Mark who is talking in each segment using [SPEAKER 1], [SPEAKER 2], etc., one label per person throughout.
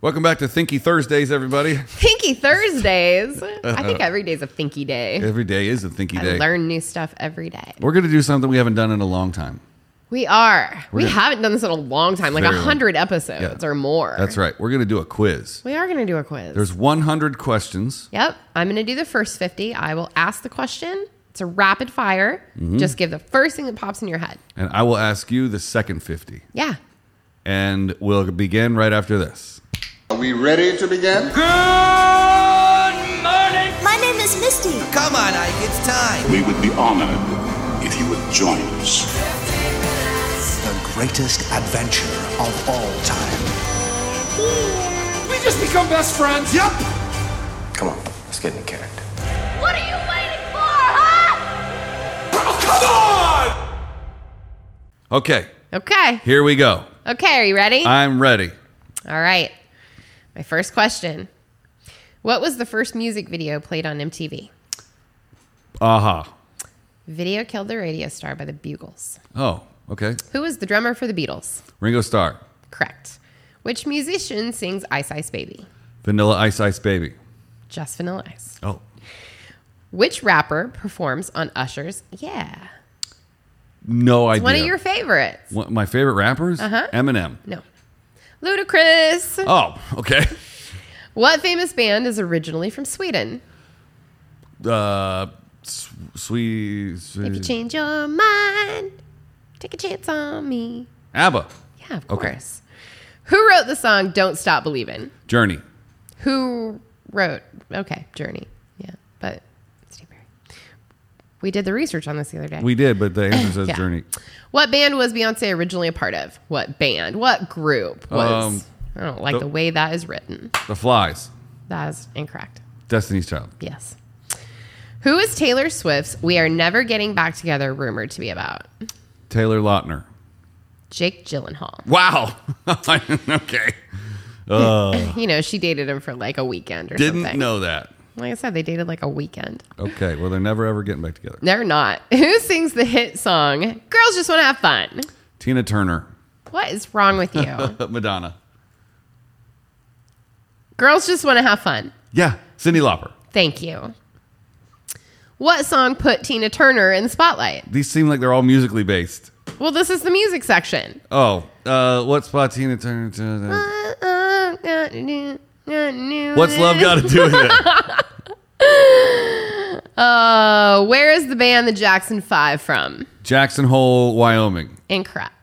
[SPEAKER 1] Welcome back to Thinky Thursdays, everybody.
[SPEAKER 2] Thinky Thursdays. I think every day's a thinky day.
[SPEAKER 1] Every day is Uh-huh. a Thinky
[SPEAKER 2] I
[SPEAKER 1] Day.
[SPEAKER 2] learn new stuff every day.
[SPEAKER 1] We're going to do something we haven't done in a long time.
[SPEAKER 2] We are. we
[SPEAKER 1] gonna-
[SPEAKER 2] haven't done this in a long time, like
[SPEAKER 1] Very
[SPEAKER 2] a
[SPEAKER 1] long.
[SPEAKER 2] hundred episodes
[SPEAKER 1] Yeah.
[SPEAKER 2] or more.
[SPEAKER 1] That's right. We're going to do a quiz.
[SPEAKER 2] We are going to do a quiz.
[SPEAKER 1] There's 100 questions.
[SPEAKER 2] yep. I'm going to do the first 50. I will ask the question. It's a rapid fire.
[SPEAKER 1] Mm-hmm.
[SPEAKER 2] Just give the first thing that pops in your head.
[SPEAKER 1] And I will ask you the second 50.
[SPEAKER 2] Yeah.
[SPEAKER 1] And we'll begin right after this.
[SPEAKER 3] Are we ready to begin?
[SPEAKER 4] My name is Misty.
[SPEAKER 5] Come on, Ike, it's time.
[SPEAKER 6] We would be honored if you would join us.
[SPEAKER 5] The greatest adventure of all time.
[SPEAKER 7] We just become best friends. Yep.
[SPEAKER 8] Come on, let's get in character.
[SPEAKER 4] What are you waiting for, huh?
[SPEAKER 1] Okay,
[SPEAKER 2] Okay.
[SPEAKER 1] here we go.
[SPEAKER 2] Okay. Are you ready?
[SPEAKER 1] I'm ready.
[SPEAKER 2] All right. My first question What was the first music video played on MTV?
[SPEAKER 1] Aha.
[SPEAKER 2] Video Killed the Radio Star by the Bugles.
[SPEAKER 1] Oh, okay.
[SPEAKER 2] Who was the drummer for the Beatles?
[SPEAKER 1] Ringo Starr,
[SPEAKER 2] Correct. Which musician sings Ice Ice Baby?
[SPEAKER 1] Vanilla Ice Ice Baby.
[SPEAKER 2] Just Vanilla Ice.
[SPEAKER 1] Oh.
[SPEAKER 2] Which rapper performs on Usher's Yeah?
[SPEAKER 1] No idea.
[SPEAKER 2] One of your favorites.
[SPEAKER 1] One- my favorite rappers?
[SPEAKER 2] Uh-huh.
[SPEAKER 1] Eminem.
[SPEAKER 2] No. Ludacris.
[SPEAKER 1] Oh, okay.
[SPEAKER 2] What famous band is originally from Sweden?
[SPEAKER 1] Uh, s- sweet,
[SPEAKER 2] If you
[SPEAKER 1] sweet.
[SPEAKER 2] change your mind, take a chance on me.
[SPEAKER 1] ABBA.
[SPEAKER 2] Yeah, of
[SPEAKER 1] Okay.
[SPEAKER 2] course. Who wrote the song Don't Stop Believin'?
[SPEAKER 1] Journey.
[SPEAKER 2] Who wrote? Okay, Journey. Yeah, but Steve Perry. We did the research on this the other day.
[SPEAKER 1] We did, but the answer says
[SPEAKER 2] Yeah.
[SPEAKER 1] Journey.
[SPEAKER 2] what band was Beyonce originally a part of? What band? What group was?
[SPEAKER 1] Um,
[SPEAKER 2] I don't like
[SPEAKER 1] the-
[SPEAKER 2] the, way that is written.
[SPEAKER 1] The Flies.
[SPEAKER 2] That is incorrect.
[SPEAKER 1] Destiny's Child.
[SPEAKER 2] Yes. Who is Taylor Swift's "We Are Never Getting Back Together" rumored to be about?
[SPEAKER 1] Taylor Lautner.
[SPEAKER 2] Jake Gyllenhaal.
[SPEAKER 1] Wow. okay. Uh,
[SPEAKER 2] You know, she dated him for like a weekend or
[SPEAKER 1] Didn't
[SPEAKER 2] something.
[SPEAKER 1] know that.
[SPEAKER 2] Like I said, they dated like a weekend.
[SPEAKER 1] Okay. Well, they're never ever getting back together.
[SPEAKER 2] They're not. Who sings the hit song "Girls Just Want to Have Fun"?
[SPEAKER 1] Tina Turner.
[SPEAKER 2] What is wrong with you?
[SPEAKER 1] Madonna.
[SPEAKER 2] Girls just want to have fun.
[SPEAKER 1] Yeah. Cindy Lauper.
[SPEAKER 2] Thank you. What song put Tina Turner in the spotlight?
[SPEAKER 1] These seem like they're all musically based.
[SPEAKER 2] Well, this is the music section.
[SPEAKER 1] Oh, uh, what spot Tina Turner? What's
[SPEAKER 2] What's
[SPEAKER 1] love got to do with it?
[SPEAKER 2] Uh, where is the band the Jackson Five from?
[SPEAKER 1] Jackson Hole, Wyoming.
[SPEAKER 2] Incorrect.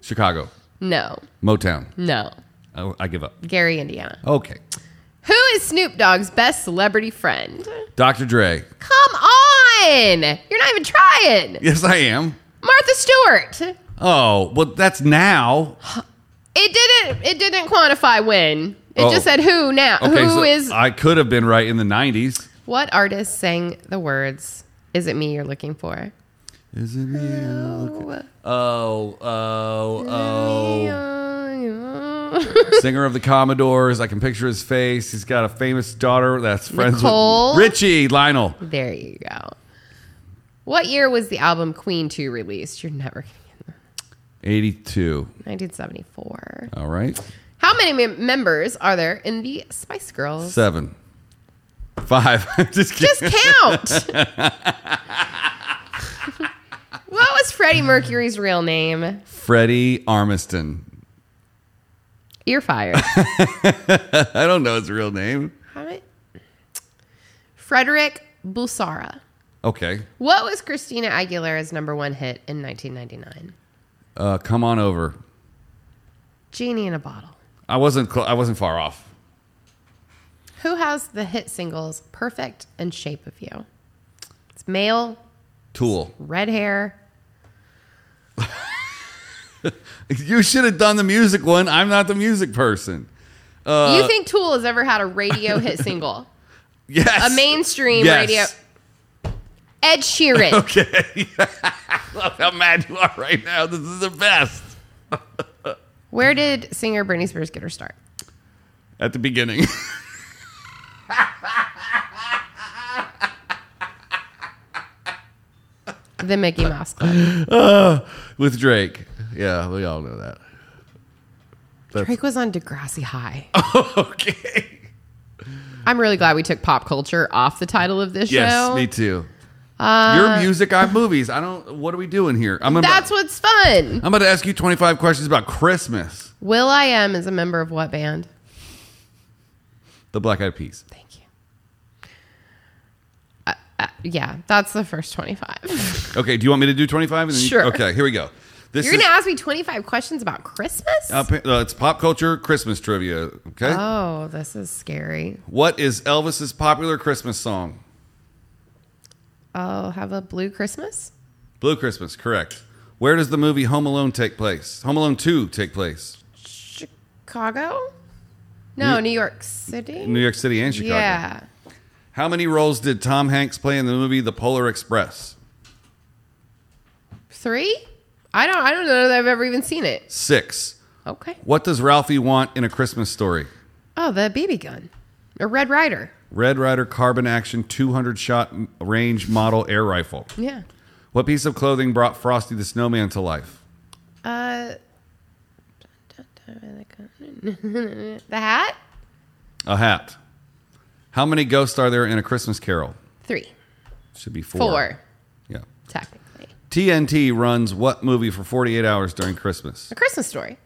[SPEAKER 1] Chicago.
[SPEAKER 2] No,
[SPEAKER 1] Motown.
[SPEAKER 2] no.
[SPEAKER 1] I, I give up.
[SPEAKER 2] Gary, Indiana.
[SPEAKER 1] Okay.
[SPEAKER 2] Who is Snoop Dogg's best celebrity friend?
[SPEAKER 1] Dr. Dre.
[SPEAKER 2] Come on! You're not even trying.
[SPEAKER 1] Yes, I am.
[SPEAKER 2] Martha Stewart.
[SPEAKER 1] Oh, well, that's now.
[SPEAKER 2] It didn't. It didn't quantify when. It
[SPEAKER 1] Oh.
[SPEAKER 2] just said who now. Who is?
[SPEAKER 1] so I could have been right in the 90s.
[SPEAKER 2] what artist sang the words? Is it me you're looking for?
[SPEAKER 1] Is it you? Oh, oh, oh. Singer of the Commodores. I can picture his face. He's got a famous daughter that's friends
[SPEAKER 2] Nicole?
[SPEAKER 1] with Richie Lionel.
[SPEAKER 2] there you go. What year was the album Queen Two released? You're never gonna get
[SPEAKER 1] 82.
[SPEAKER 2] that. 1974.
[SPEAKER 1] All right.
[SPEAKER 2] How many mem- members are there in the Spice Girls?
[SPEAKER 1] Seven. Five. Just kidding.
[SPEAKER 2] Just count. what was Freddie Mercury's real name?
[SPEAKER 1] Freddie Armiston.
[SPEAKER 2] You're fired.
[SPEAKER 1] I don't know his real name.
[SPEAKER 2] How many- Frederick Busara.
[SPEAKER 1] Okay.
[SPEAKER 2] What was Christina Aguilera's number one hit in 1999?
[SPEAKER 1] Uh, come on over.
[SPEAKER 2] Genie in a Bottle.
[SPEAKER 1] I wasn't. Cl- I wasn't far off.
[SPEAKER 2] Who has the hit singles Perfect and Shape of You? It's male,
[SPEAKER 1] Tool.
[SPEAKER 2] red hair.
[SPEAKER 1] You should have done the music one. I'm not the music person. Uh,
[SPEAKER 2] you think Tool has ever had a radio hit single?
[SPEAKER 1] Yes.
[SPEAKER 2] A mainstream
[SPEAKER 1] Yes.
[SPEAKER 2] radio. Ed Sheeran.
[SPEAKER 1] Okay. Look how mad you are right now. This is the best.
[SPEAKER 2] Where did singer Britney Spears get her start?
[SPEAKER 1] At the beginning.
[SPEAKER 2] The Mickey
[SPEAKER 1] Uh,
[SPEAKER 2] Mouse Club.
[SPEAKER 1] With Drake. Yeah, we all know that. That's
[SPEAKER 2] Drake was on Degrassi High.
[SPEAKER 1] okay.
[SPEAKER 2] I'm really glad we took pop culture off the title of this
[SPEAKER 1] Yes,
[SPEAKER 2] show.
[SPEAKER 1] me too. Your music, I movies. I don't. What are we doing here? I'm about,
[SPEAKER 2] uh, That's what's fun.
[SPEAKER 1] I'm about to ask you 25 questions about Christmas.
[SPEAKER 2] Will I Am is a member of what band?
[SPEAKER 1] The Black Eyed Peas.
[SPEAKER 2] Thank you. Uh, uh, yeah, that's the first 25.
[SPEAKER 1] Okay. Do you want me to do 25? And then you-
[SPEAKER 2] Sure.
[SPEAKER 1] okay. Here we go. This
[SPEAKER 2] You're
[SPEAKER 1] is-
[SPEAKER 2] going to ask me 25 questions about Christmas?
[SPEAKER 1] Uh, pa- uh, it's pop culture Christmas trivia. Okay.
[SPEAKER 2] oh, this is scary.
[SPEAKER 1] What is Elvis's popular Christmas song?
[SPEAKER 2] I'll have a blue Christmas.
[SPEAKER 1] Blue Christmas, correct. Where does the movie Home Alone take place? Home Alone 2 take place?
[SPEAKER 2] Chicago? No, New York City?
[SPEAKER 1] New York City and Chicago.
[SPEAKER 2] Yeah.
[SPEAKER 1] How many roles did Tom Hanks play in the movie The Polar Express?
[SPEAKER 2] Three? I don't I don't know that I've ever even seen it.
[SPEAKER 1] Six.
[SPEAKER 2] Okay.
[SPEAKER 1] What does Ralphie want in a Christmas story?
[SPEAKER 2] Oh, the BB gun. A Red Rider.
[SPEAKER 1] Red Rider carbon action 200 shot m- range model air rifle.
[SPEAKER 2] Yeah.
[SPEAKER 1] What piece of clothing brought Frosty the Snowman to life?
[SPEAKER 2] Uh the hat?
[SPEAKER 1] A hat. How many ghosts are there in a Christmas carol?
[SPEAKER 2] Three.
[SPEAKER 1] Should be four.
[SPEAKER 2] Four,
[SPEAKER 1] Yeah.
[SPEAKER 2] technically.
[SPEAKER 1] TNT runs what movie for 48 hours during Christmas?
[SPEAKER 2] A Christmas story.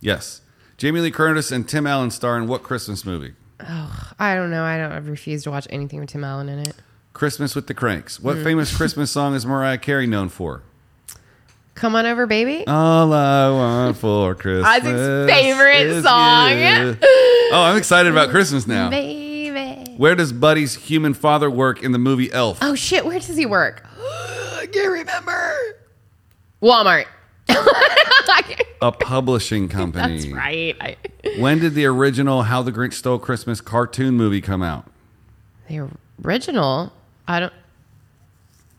[SPEAKER 1] Yes. Jamie Lee Curtis and Tim Allen star in what Christmas movie?
[SPEAKER 2] I don't know. I don't I refuse to watch anything with Tim Allen in it.
[SPEAKER 1] Christmas with the Cranks. What famous Christmas song is Mariah Carey known for?
[SPEAKER 2] Come on over,
[SPEAKER 1] Uh,
[SPEAKER 2] baby.
[SPEAKER 1] All I want for Christmas.
[SPEAKER 2] Isaac's favorite
[SPEAKER 1] is
[SPEAKER 2] song.
[SPEAKER 1] you. Oh, I'm excited about Christmas
[SPEAKER 2] Oh.
[SPEAKER 1] now.
[SPEAKER 2] baby.
[SPEAKER 1] Where does Buddy's human father work in the movie Elf?
[SPEAKER 2] Oh shit, where does he work? I can't remember. Walmart. I can't-
[SPEAKER 1] A publishing company.
[SPEAKER 2] That's right. I,
[SPEAKER 1] When did the original How the Grinch Stole Christmas cartoon movie come out?
[SPEAKER 2] the original. I don't.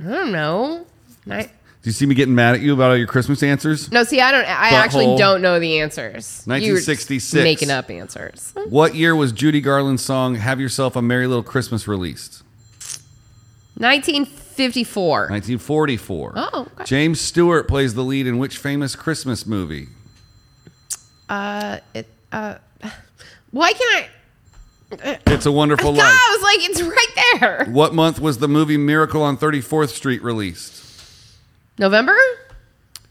[SPEAKER 2] I don't know. Ni-
[SPEAKER 1] Do you see me getting mad at you about all your Christmas answers?
[SPEAKER 2] no, see, I don't. I actually
[SPEAKER 1] Butthole.
[SPEAKER 2] don't know the answers. You were just
[SPEAKER 1] 1966.
[SPEAKER 2] Making up answers.
[SPEAKER 1] What year was Judy Garland's song Have Yourself a Merry Little Christmas released?
[SPEAKER 2] 1954.
[SPEAKER 1] 1944.
[SPEAKER 2] Oh, okay.
[SPEAKER 1] James Stewart plays the lead in which famous Christmas movie?
[SPEAKER 2] Uh, it. Uh, why can't I?
[SPEAKER 1] It's a Wonderful
[SPEAKER 2] God,
[SPEAKER 1] Life.
[SPEAKER 2] I was like, it's right there.
[SPEAKER 1] What month was the movie Miracle on 34th Street released?
[SPEAKER 2] November.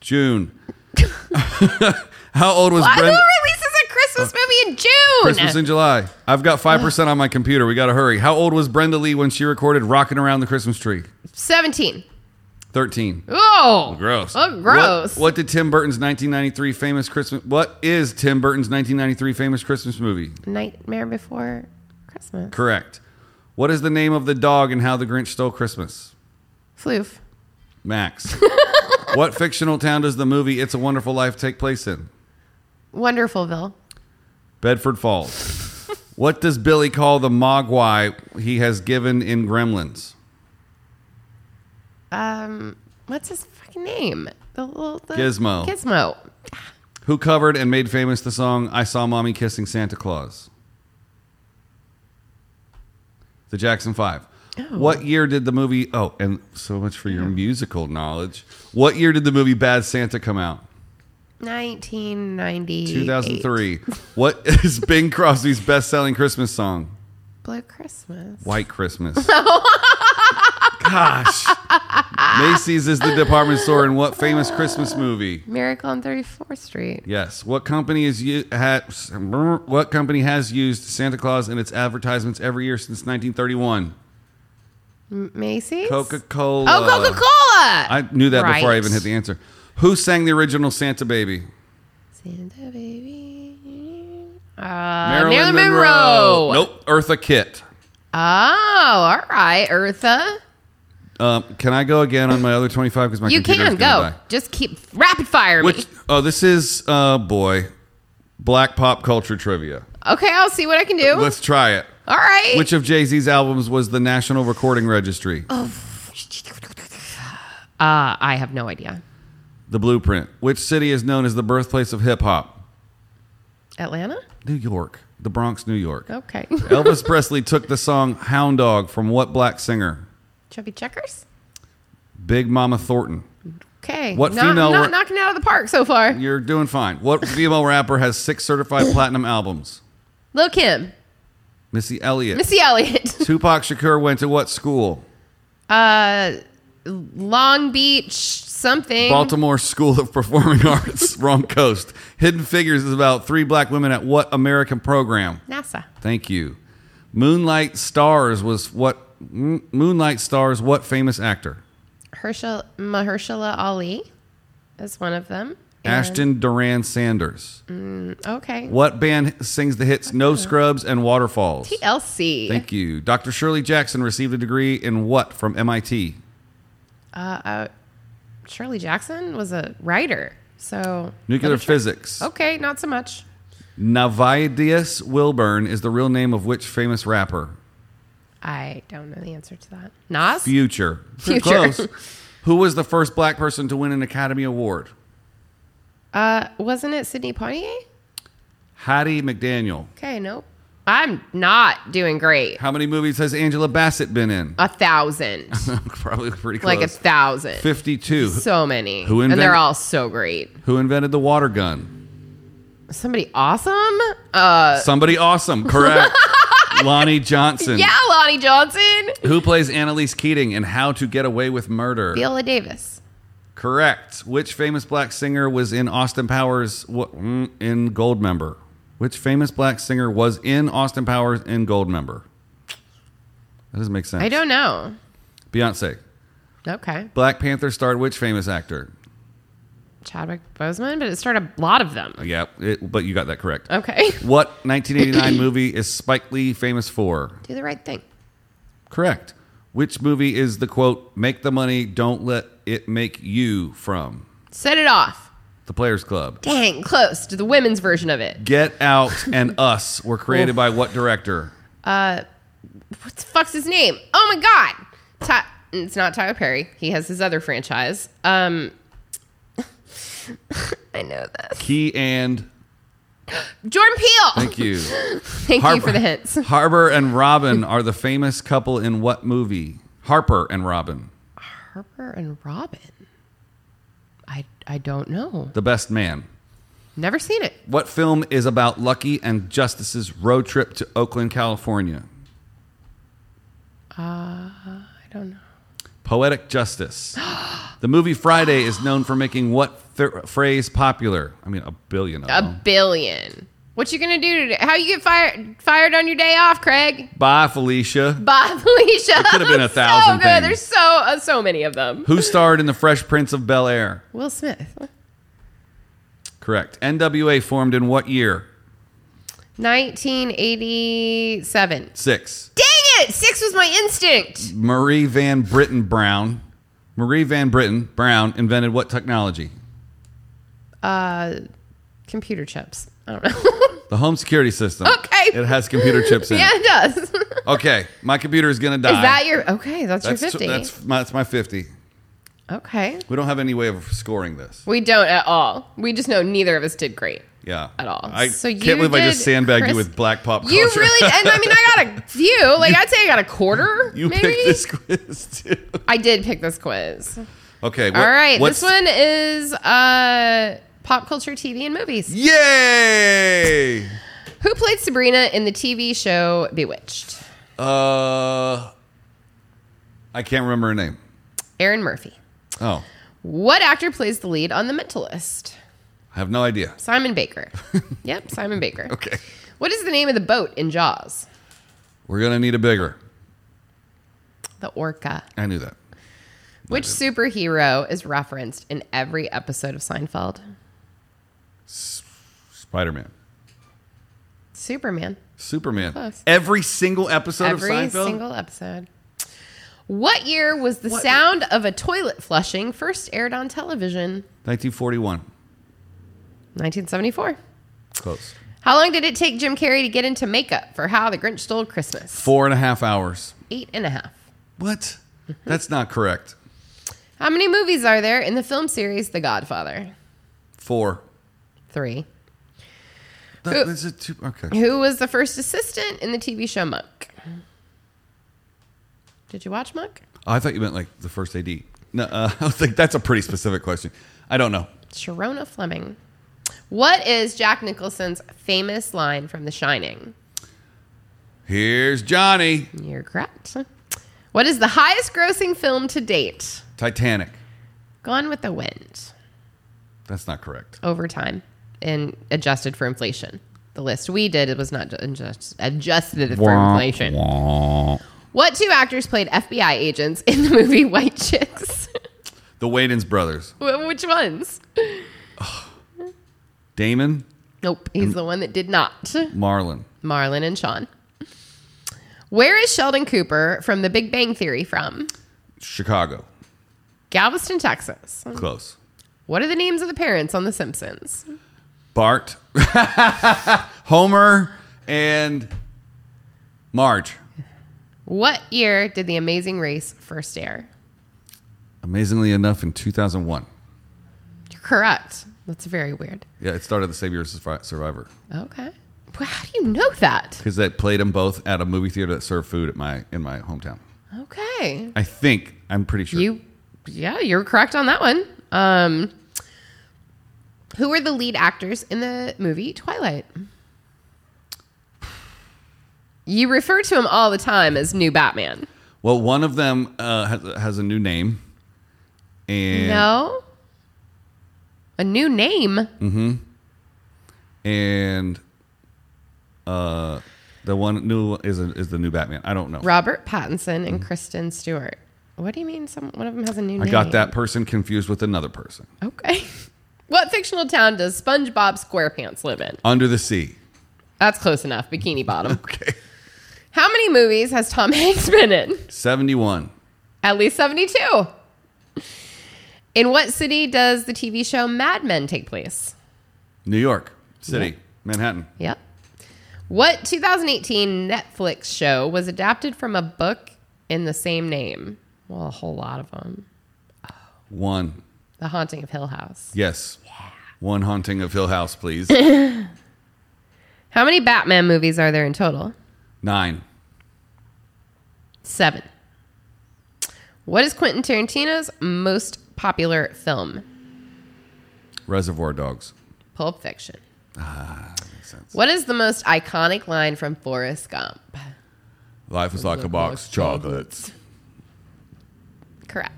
[SPEAKER 1] June. How old was
[SPEAKER 2] Why who
[SPEAKER 1] Brenda?
[SPEAKER 2] releases a Christmas movie in June?
[SPEAKER 1] Uh, Christmas in July. I've got 5% on my computer. We got to hurry. How old was Brenda Lee when she recorded Rockin' Around the Christmas Tree?
[SPEAKER 2] 17.
[SPEAKER 1] 13.
[SPEAKER 2] Oh,
[SPEAKER 1] Gross.
[SPEAKER 2] Oh, gross.
[SPEAKER 1] What, what did Tim Burton's 1993 famous Christmas? What is Tim Burton's 1993 famous Christmas movie?
[SPEAKER 2] Nightmare Before Christmas.
[SPEAKER 1] Correct. What is the name of the dog and how the Grinch stole Christmas?
[SPEAKER 2] Floof.
[SPEAKER 1] Max. what fictional town does the movie It's a Wonderful Life take place in?
[SPEAKER 2] Wonderfulville.
[SPEAKER 1] Bedford Falls. what does Billy call the mogwai he has given in Gremlins?
[SPEAKER 2] Um, what's his fucking name? The little the,
[SPEAKER 1] Gizmo.
[SPEAKER 2] Gizmo.
[SPEAKER 1] Who covered and made famous the song I Saw Mommy Kissing Santa Claus? The Jackson Five. What year did the movie? Oh, and so much for your musical knowledge. What year did the movie Bad Santa come out?
[SPEAKER 2] 1990.
[SPEAKER 1] 2003. What is Bing Crosby's best selling Christmas song?
[SPEAKER 2] Blue Christmas.
[SPEAKER 1] White Christmas. Gosh. Macy's is the department store in what famous Christmas movie?
[SPEAKER 2] Miracle on 34th Street.
[SPEAKER 1] Yes. What company is u- ha- What company has used Santa Claus in its advertisements every year since 1931?
[SPEAKER 2] M- Macy's?
[SPEAKER 1] Coca Cola.
[SPEAKER 2] Oh, Coca Cola!
[SPEAKER 1] I knew that before I
[SPEAKER 2] Right.
[SPEAKER 1] even hit the answer. Who sang the original Santa Baby?
[SPEAKER 2] Santa Baby. Uh,
[SPEAKER 1] Marilyn
[SPEAKER 2] Marilyn Monroe.
[SPEAKER 1] Nope. Eartha Kitt.
[SPEAKER 2] Oh, all right, Eartha.
[SPEAKER 1] Um, can I go again on my other 25? Because my
[SPEAKER 2] You
[SPEAKER 1] computer's
[SPEAKER 2] can
[SPEAKER 1] gonna
[SPEAKER 2] go.
[SPEAKER 1] die.
[SPEAKER 2] Just keep rapid fire me.
[SPEAKER 1] Which oh, this is uh boy, black pop culture trivia.
[SPEAKER 2] Okay, I'll see what I can do.
[SPEAKER 1] Let's try it.
[SPEAKER 2] all right.
[SPEAKER 1] Which of Jay Z's albums was the National Recording Registry?
[SPEAKER 2] Oh. uh, I have no idea.
[SPEAKER 1] The Blueprint. Which city is known as the birthplace of hip hop?
[SPEAKER 2] Atlanta?
[SPEAKER 1] New York. The Bronx, New York.
[SPEAKER 2] Okay.
[SPEAKER 1] Elvis Presley took the song Hound Dog from what black singer?
[SPEAKER 2] Chubby Checkers?
[SPEAKER 1] Big Mama Thornton.
[SPEAKER 2] Okay.
[SPEAKER 1] What
[SPEAKER 2] not,
[SPEAKER 1] female
[SPEAKER 2] Not
[SPEAKER 1] ra-
[SPEAKER 2] knocking it out of the park so far.
[SPEAKER 1] You're doing fine. What female rapper has six certified platinum albums?
[SPEAKER 2] Lil Kim,
[SPEAKER 1] Missy Elliott.
[SPEAKER 2] Missy Elliott,
[SPEAKER 1] Tupac Shakur went to what school?
[SPEAKER 2] uh, Long Beach something.
[SPEAKER 1] Baltimore School of Performing Arts, wrong coast. Hidden Figures is about three black women at what American program?
[SPEAKER 2] NASA.
[SPEAKER 1] Thank you. Moonlight Stars was what? M- Moonlight Stars, what famous actor?
[SPEAKER 2] Herschel Mahershala Ali is one of them. And-
[SPEAKER 1] Ashton Duran Sanders.
[SPEAKER 2] Okay.
[SPEAKER 1] What band sings the hits No Scrubs and Waterfalls?
[SPEAKER 2] E. TLC.
[SPEAKER 1] Thank you. Dr. Shirley Jackson received a degree in what from MIT?
[SPEAKER 2] Shirley Jackson was a writer, so
[SPEAKER 1] Nuclear
[SPEAKER 2] literature.
[SPEAKER 1] physics.
[SPEAKER 2] Okay, not so much.
[SPEAKER 1] Navidius Wilburn is the real name of which famous rapper?
[SPEAKER 2] I don't know the answer to that. Nas.
[SPEAKER 1] Future. Pretty
[SPEAKER 2] Future.
[SPEAKER 1] Who was the first black person to win an Academy Award?
[SPEAKER 2] Uh, Wasn't it Sydney Poitier?
[SPEAKER 1] Hattie McDaniel.
[SPEAKER 2] Okay, nope. I'm not doing great.
[SPEAKER 1] How many movies has Angela Bassett been in?
[SPEAKER 2] A thousand,
[SPEAKER 1] Probably pretty close.
[SPEAKER 2] Uh, like a thousand.
[SPEAKER 1] 52.
[SPEAKER 2] So many,
[SPEAKER 1] Who
[SPEAKER 2] and
[SPEAKER 1] invent-
[SPEAKER 2] they're all so great.
[SPEAKER 1] Who invented the water gun?
[SPEAKER 2] Somebody awesome. Uh,
[SPEAKER 1] Somebody awesome. Correct. Lonnie Johnson.
[SPEAKER 2] yeah, Lonnie Johnson.
[SPEAKER 1] Who plays Annalise Keating in How to Get Away with Murder?
[SPEAKER 2] Viola Davis.
[SPEAKER 1] Correct. Which famous black singer was in Austin Powers wh- mm, in Goldmember? Which famous black singer was in Austin Powers in Goldmember? That doesn't make sense.
[SPEAKER 2] I don't know.
[SPEAKER 1] Beyonce.
[SPEAKER 2] Okay,
[SPEAKER 1] Black Panther starred which famous actor?
[SPEAKER 2] Chadwick Boseman, but it started a lot of them.
[SPEAKER 1] Yep, Uh, it, but you got that correct.
[SPEAKER 2] Okay,
[SPEAKER 1] What 1989 movie is Spike Lee famous for?
[SPEAKER 2] do the right thing.
[SPEAKER 1] Correct. Which movie is the quote, make the money, don't let it make you from?
[SPEAKER 2] Set it off.
[SPEAKER 1] The Players Club.
[SPEAKER 2] Dang, close to the women's version of it.
[SPEAKER 1] Get Out and Us were created by what director?
[SPEAKER 2] what the fuck's his name? Oh my god, Ty- it's not Tyler Perry. He has his other franchise. Um, I know this.
[SPEAKER 1] Key and
[SPEAKER 2] Jordan Peele.
[SPEAKER 1] thank you.
[SPEAKER 2] Thank you for the hints.
[SPEAKER 1] Harper and Robin are the famous couple in what movie? Harper and Robin,
[SPEAKER 2] Harper and Robin. I I don't know.
[SPEAKER 1] The Best Man.
[SPEAKER 2] Never seen it.
[SPEAKER 1] What film is about Lucky and Justice's road trip to Oakland, California?
[SPEAKER 2] I don't know.
[SPEAKER 1] Poetic Justice. the movie Friday is known for making what th- phrase popular? I mean, a billion of
[SPEAKER 2] A
[SPEAKER 1] them.
[SPEAKER 2] billion. What you gonna do today? How you get fired fired on your day off, Craig?
[SPEAKER 1] Bye, Felicia.
[SPEAKER 2] Bye, Felicia.
[SPEAKER 1] could have been a thousand
[SPEAKER 2] So good.
[SPEAKER 1] things.
[SPEAKER 2] There's so uh, so many of them.
[SPEAKER 1] Who starred in The Fresh Prince of Bel Air?
[SPEAKER 2] Will Smith.
[SPEAKER 1] Correct. NWA formed in what year?
[SPEAKER 2] 1987.
[SPEAKER 1] Six.
[SPEAKER 2] Dang it! Six was my instinct.
[SPEAKER 1] Marie Van Britten Brown. Marie Van Britten Brown invented what technology?
[SPEAKER 2] Computer chips. I don't know.
[SPEAKER 1] The home security system.
[SPEAKER 2] Okay.
[SPEAKER 1] It has computer chips in
[SPEAKER 2] yeah,
[SPEAKER 1] it.
[SPEAKER 2] it does. Is
[SPEAKER 1] Okay, my computer is gonna die.
[SPEAKER 2] that your okay? That's,
[SPEAKER 1] That's,
[SPEAKER 2] your fifty.
[SPEAKER 1] that's my that's my fifty.
[SPEAKER 2] okay.
[SPEAKER 1] We don't have any way of scoring this.
[SPEAKER 2] We don't at all. We just know neither of us did great.
[SPEAKER 1] Yeah.
[SPEAKER 2] At all.
[SPEAKER 1] I
[SPEAKER 2] So
[SPEAKER 1] can't
[SPEAKER 2] you
[SPEAKER 1] believe I just
[SPEAKER 2] did,
[SPEAKER 1] sandbagged you
[SPEAKER 2] Chris-
[SPEAKER 1] with black pop culture.
[SPEAKER 2] You really, and I mean, I got a few. Like I'd say, I got a quarter.
[SPEAKER 1] you
[SPEAKER 2] maybe?
[SPEAKER 1] picked this quiz too.
[SPEAKER 2] I did pick this quiz.
[SPEAKER 1] Okay.
[SPEAKER 2] all right,
[SPEAKER 1] what's-
[SPEAKER 2] this one is uh, pop culture, TV, and movies.
[SPEAKER 1] Yay!
[SPEAKER 2] Who played Sabrina in the TV show Bewitched?
[SPEAKER 1] Uh, I can't remember her name.
[SPEAKER 2] Erin Murphy.
[SPEAKER 1] Oh,
[SPEAKER 2] What actor plays the lead on The Mentalist?
[SPEAKER 1] I have no idea.
[SPEAKER 2] Simon Baker. yep, Simon Baker.
[SPEAKER 1] Okay.
[SPEAKER 2] What is the name of the boat in Jaws?
[SPEAKER 1] We're gonna need a bigger.
[SPEAKER 2] The Orca.
[SPEAKER 1] I knew that.
[SPEAKER 2] Which superhero is referenced in every episode of Seinfeld?
[SPEAKER 1] Spider Man.
[SPEAKER 2] Superman.
[SPEAKER 1] Superman.
[SPEAKER 2] Close.
[SPEAKER 1] Every single episode
[SPEAKER 2] every
[SPEAKER 1] of Seinfeld.
[SPEAKER 2] single episode. What year was the sound of a toilet flushing first aired on television?
[SPEAKER 1] 1941.
[SPEAKER 2] 1974.
[SPEAKER 1] Close.
[SPEAKER 2] How long did it take Jim Carrey to get into makeup for How the Grinch Stole Christmas?
[SPEAKER 1] Four and a half hours.
[SPEAKER 2] Eight and a half.
[SPEAKER 1] What? That's not correct.
[SPEAKER 2] How many movies are there in the film series The Godfather?
[SPEAKER 1] Four.
[SPEAKER 2] Three.
[SPEAKER 1] That,
[SPEAKER 2] Who-
[SPEAKER 1] is it two? Okay.
[SPEAKER 2] Who was the first assistant in the TV show Monk? Did you watch Monk?
[SPEAKER 1] I thought you meant like the first AD. No, uh, I was like, that's a pretty specific question. I don't know.
[SPEAKER 2] Sharona Fleming. What is Jack Nicholson's famous line from The Shining?
[SPEAKER 1] Here's Johnny.
[SPEAKER 2] You're correct. What is the highest grossing film to date?
[SPEAKER 1] Titanic.
[SPEAKER 2] Gone with the Wind.
[SPEAKER 1] That's not correct.
[SPEAKER 2] Overtime and adjusted for inflation. The list we did it was not adjust, adjusted for
[SPEAKER 1] Wah,
[SPEAKER 2] inflation.
[SPEAKER 1] wah.
[SPEAKER 2] What two actors played FBI agents in the movie White Chicks?
[SPEAKER 1] The Wadens brothers.
[SPEAKER 2] Wh- Which ones?
[SPEAKER 1] Damon,
[SPEAKER 2] Nope, he's the one that did not.
[SPEAKER 1] Marlon.
[SPEAKER 2] Marlon and Sean. Where is Sheldon Cooper from The Big Bang Theory from?
[SPEAKER 1] Chicago.
[SPEAKER 2] Galveston, Texas.
[SPEAKER 1] Close.
[SPEAKER 2] What are the names of the parents on The Simpsons?
[SPEAKER 1] Bart. Homer and Marge.
[SPEAKER 2] What year did The Amazing Race first air?
[SPEAKER 1] Amazingly enough, in 2001.
[SPEAKER 2] You're correct. That's very weird.
[SPEAKER 1] Yeah, it started the same year as Survi- Survivor.
[SPEAKER 2] Okay. Well, how do you know that?
[SPEAKER 1] Because that played them both at a movie theater that served food at my in my hometown.
[SPEAKER 2] Okay.
[SPEAKER 1] I think. I'm pretty sure.
[SPEAKER 2] You, yeah, you're correct on that one. Um, who were the lead actors in the movie Twilight? You refer to him all the time as New Batman.
[SPEAKER 1] Well, one of them uh, has, has a new name. And,
[SPEAKER 2] No, a new name.
[SPEAKER 1] And uh, the one new is, a, is the new Batman. I don't know.
[SPEAKER 2] Robert Pattinson and Kristen Stewart. What do you mean? Some one of them has a new
[SPEAKER 1] I
[SPEAKER 2] name.
[SPEAKER 1] got that person confused with another person.
[SPEAKER 2] Okay. What fictional town does SpongeBob SquarePants live in?
[SPEAKER 1] Under the Sea.
[SPEAKER 2] That's close enough. Bikini Bottom.
[SPEAKER 1] Okay.
[SPEAKER 2] How many movies has Tom Hanks been in?
[SPEAKER 1] 71.
[SPEAKER 2] At least 72. In what city does the TV show Mad Men take place?
[SPEAKER 1] New York City. Manhattan.
[SPEAKER 2] Yep. What 2018 Netflix show was adapted from a book in the same name? Well, a whole lot of them.
[SPEAKER 1] One.
[SPEAKER 2] The Haunting of Hill House.
[SPEAKER 1] Yes. One haunting of Hill House, please.
[SPEAKER 2] How many Batman movies are there in total?
[SPEAKER 1] Nine.
[SPEAKER 2] Seven. What is Quentin Tarantino's most popular film?
[SPEAKER 1] Reservoir Dogs.
[SPEAKER 2] Pulp Fiction.
[SPEAKER 1] Ah,
[SPEAKER 2] What is the most iconic line from Forrest Gump?
[SPEAKER 1] Life is like a box of chocolates.
[SPEAKER 2] Correct.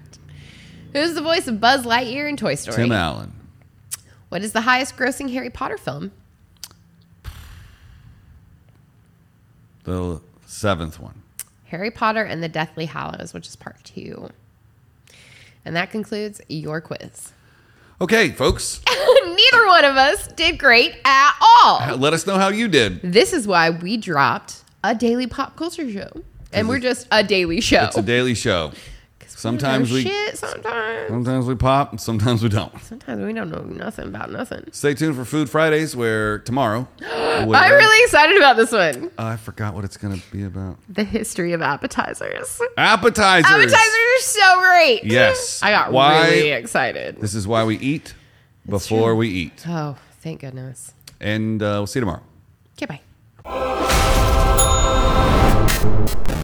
[SPEAKER 2] Who's the voice of Buzz Lightyear in Toy Story?
[SPEAKER 1] Tim Allen.
[SPEAKER 2] What is the highest grossing Harry Potter film?
[SPEAKER 1] The seventh one.
[SPEAKER 2] Harry Potter and the Deathly Hallows, which is part two. And that concludes your quiz.
[SPEAKER 1] Okay, folks.
[SPEAKER 2] Neither one of us did great at all.
[SPEAKER 1] Let us know how you did.
[SPEAKER 2] This is why we dropped a daily pop culture show. And we're just a daily show.
[SPEAKER 1] It's a daily show. Sometimes we
[SPEAKER 2] shit, sometimes
[SPEAKER 1] sometimes we pop, and sometimes we don't.
[SPEAKER 2] sometimes we don't know nothing about nothing.
[SPEAKER 1] Stay tuned for Food Fridays, where tomorrow.
[SPEAKER 2] I'm
[SPEAKER 1] where-
[SPEAKER 2] really excited about this one.
[SPEAKER 1] I forgot what it's gonna be about.
[SPEAKER 2] The history of appetizers.
[SPEAKER 1] Appetizers.
[SPEAKER 2] Appetizers are so great.
[SPEAKER 1] Yes.
[SPEAKER 2] I got
[SPEAKER 1] Why-
[SPEAKER 2] really excited.
[SPEAKER 1] This is why we eat before we eat.
[SPEAKER 2] Oh, thank goodness.
[SPEAKER 1] And uh, we'll see you tomorrow.
[SPEAKER 2] Okay, bye.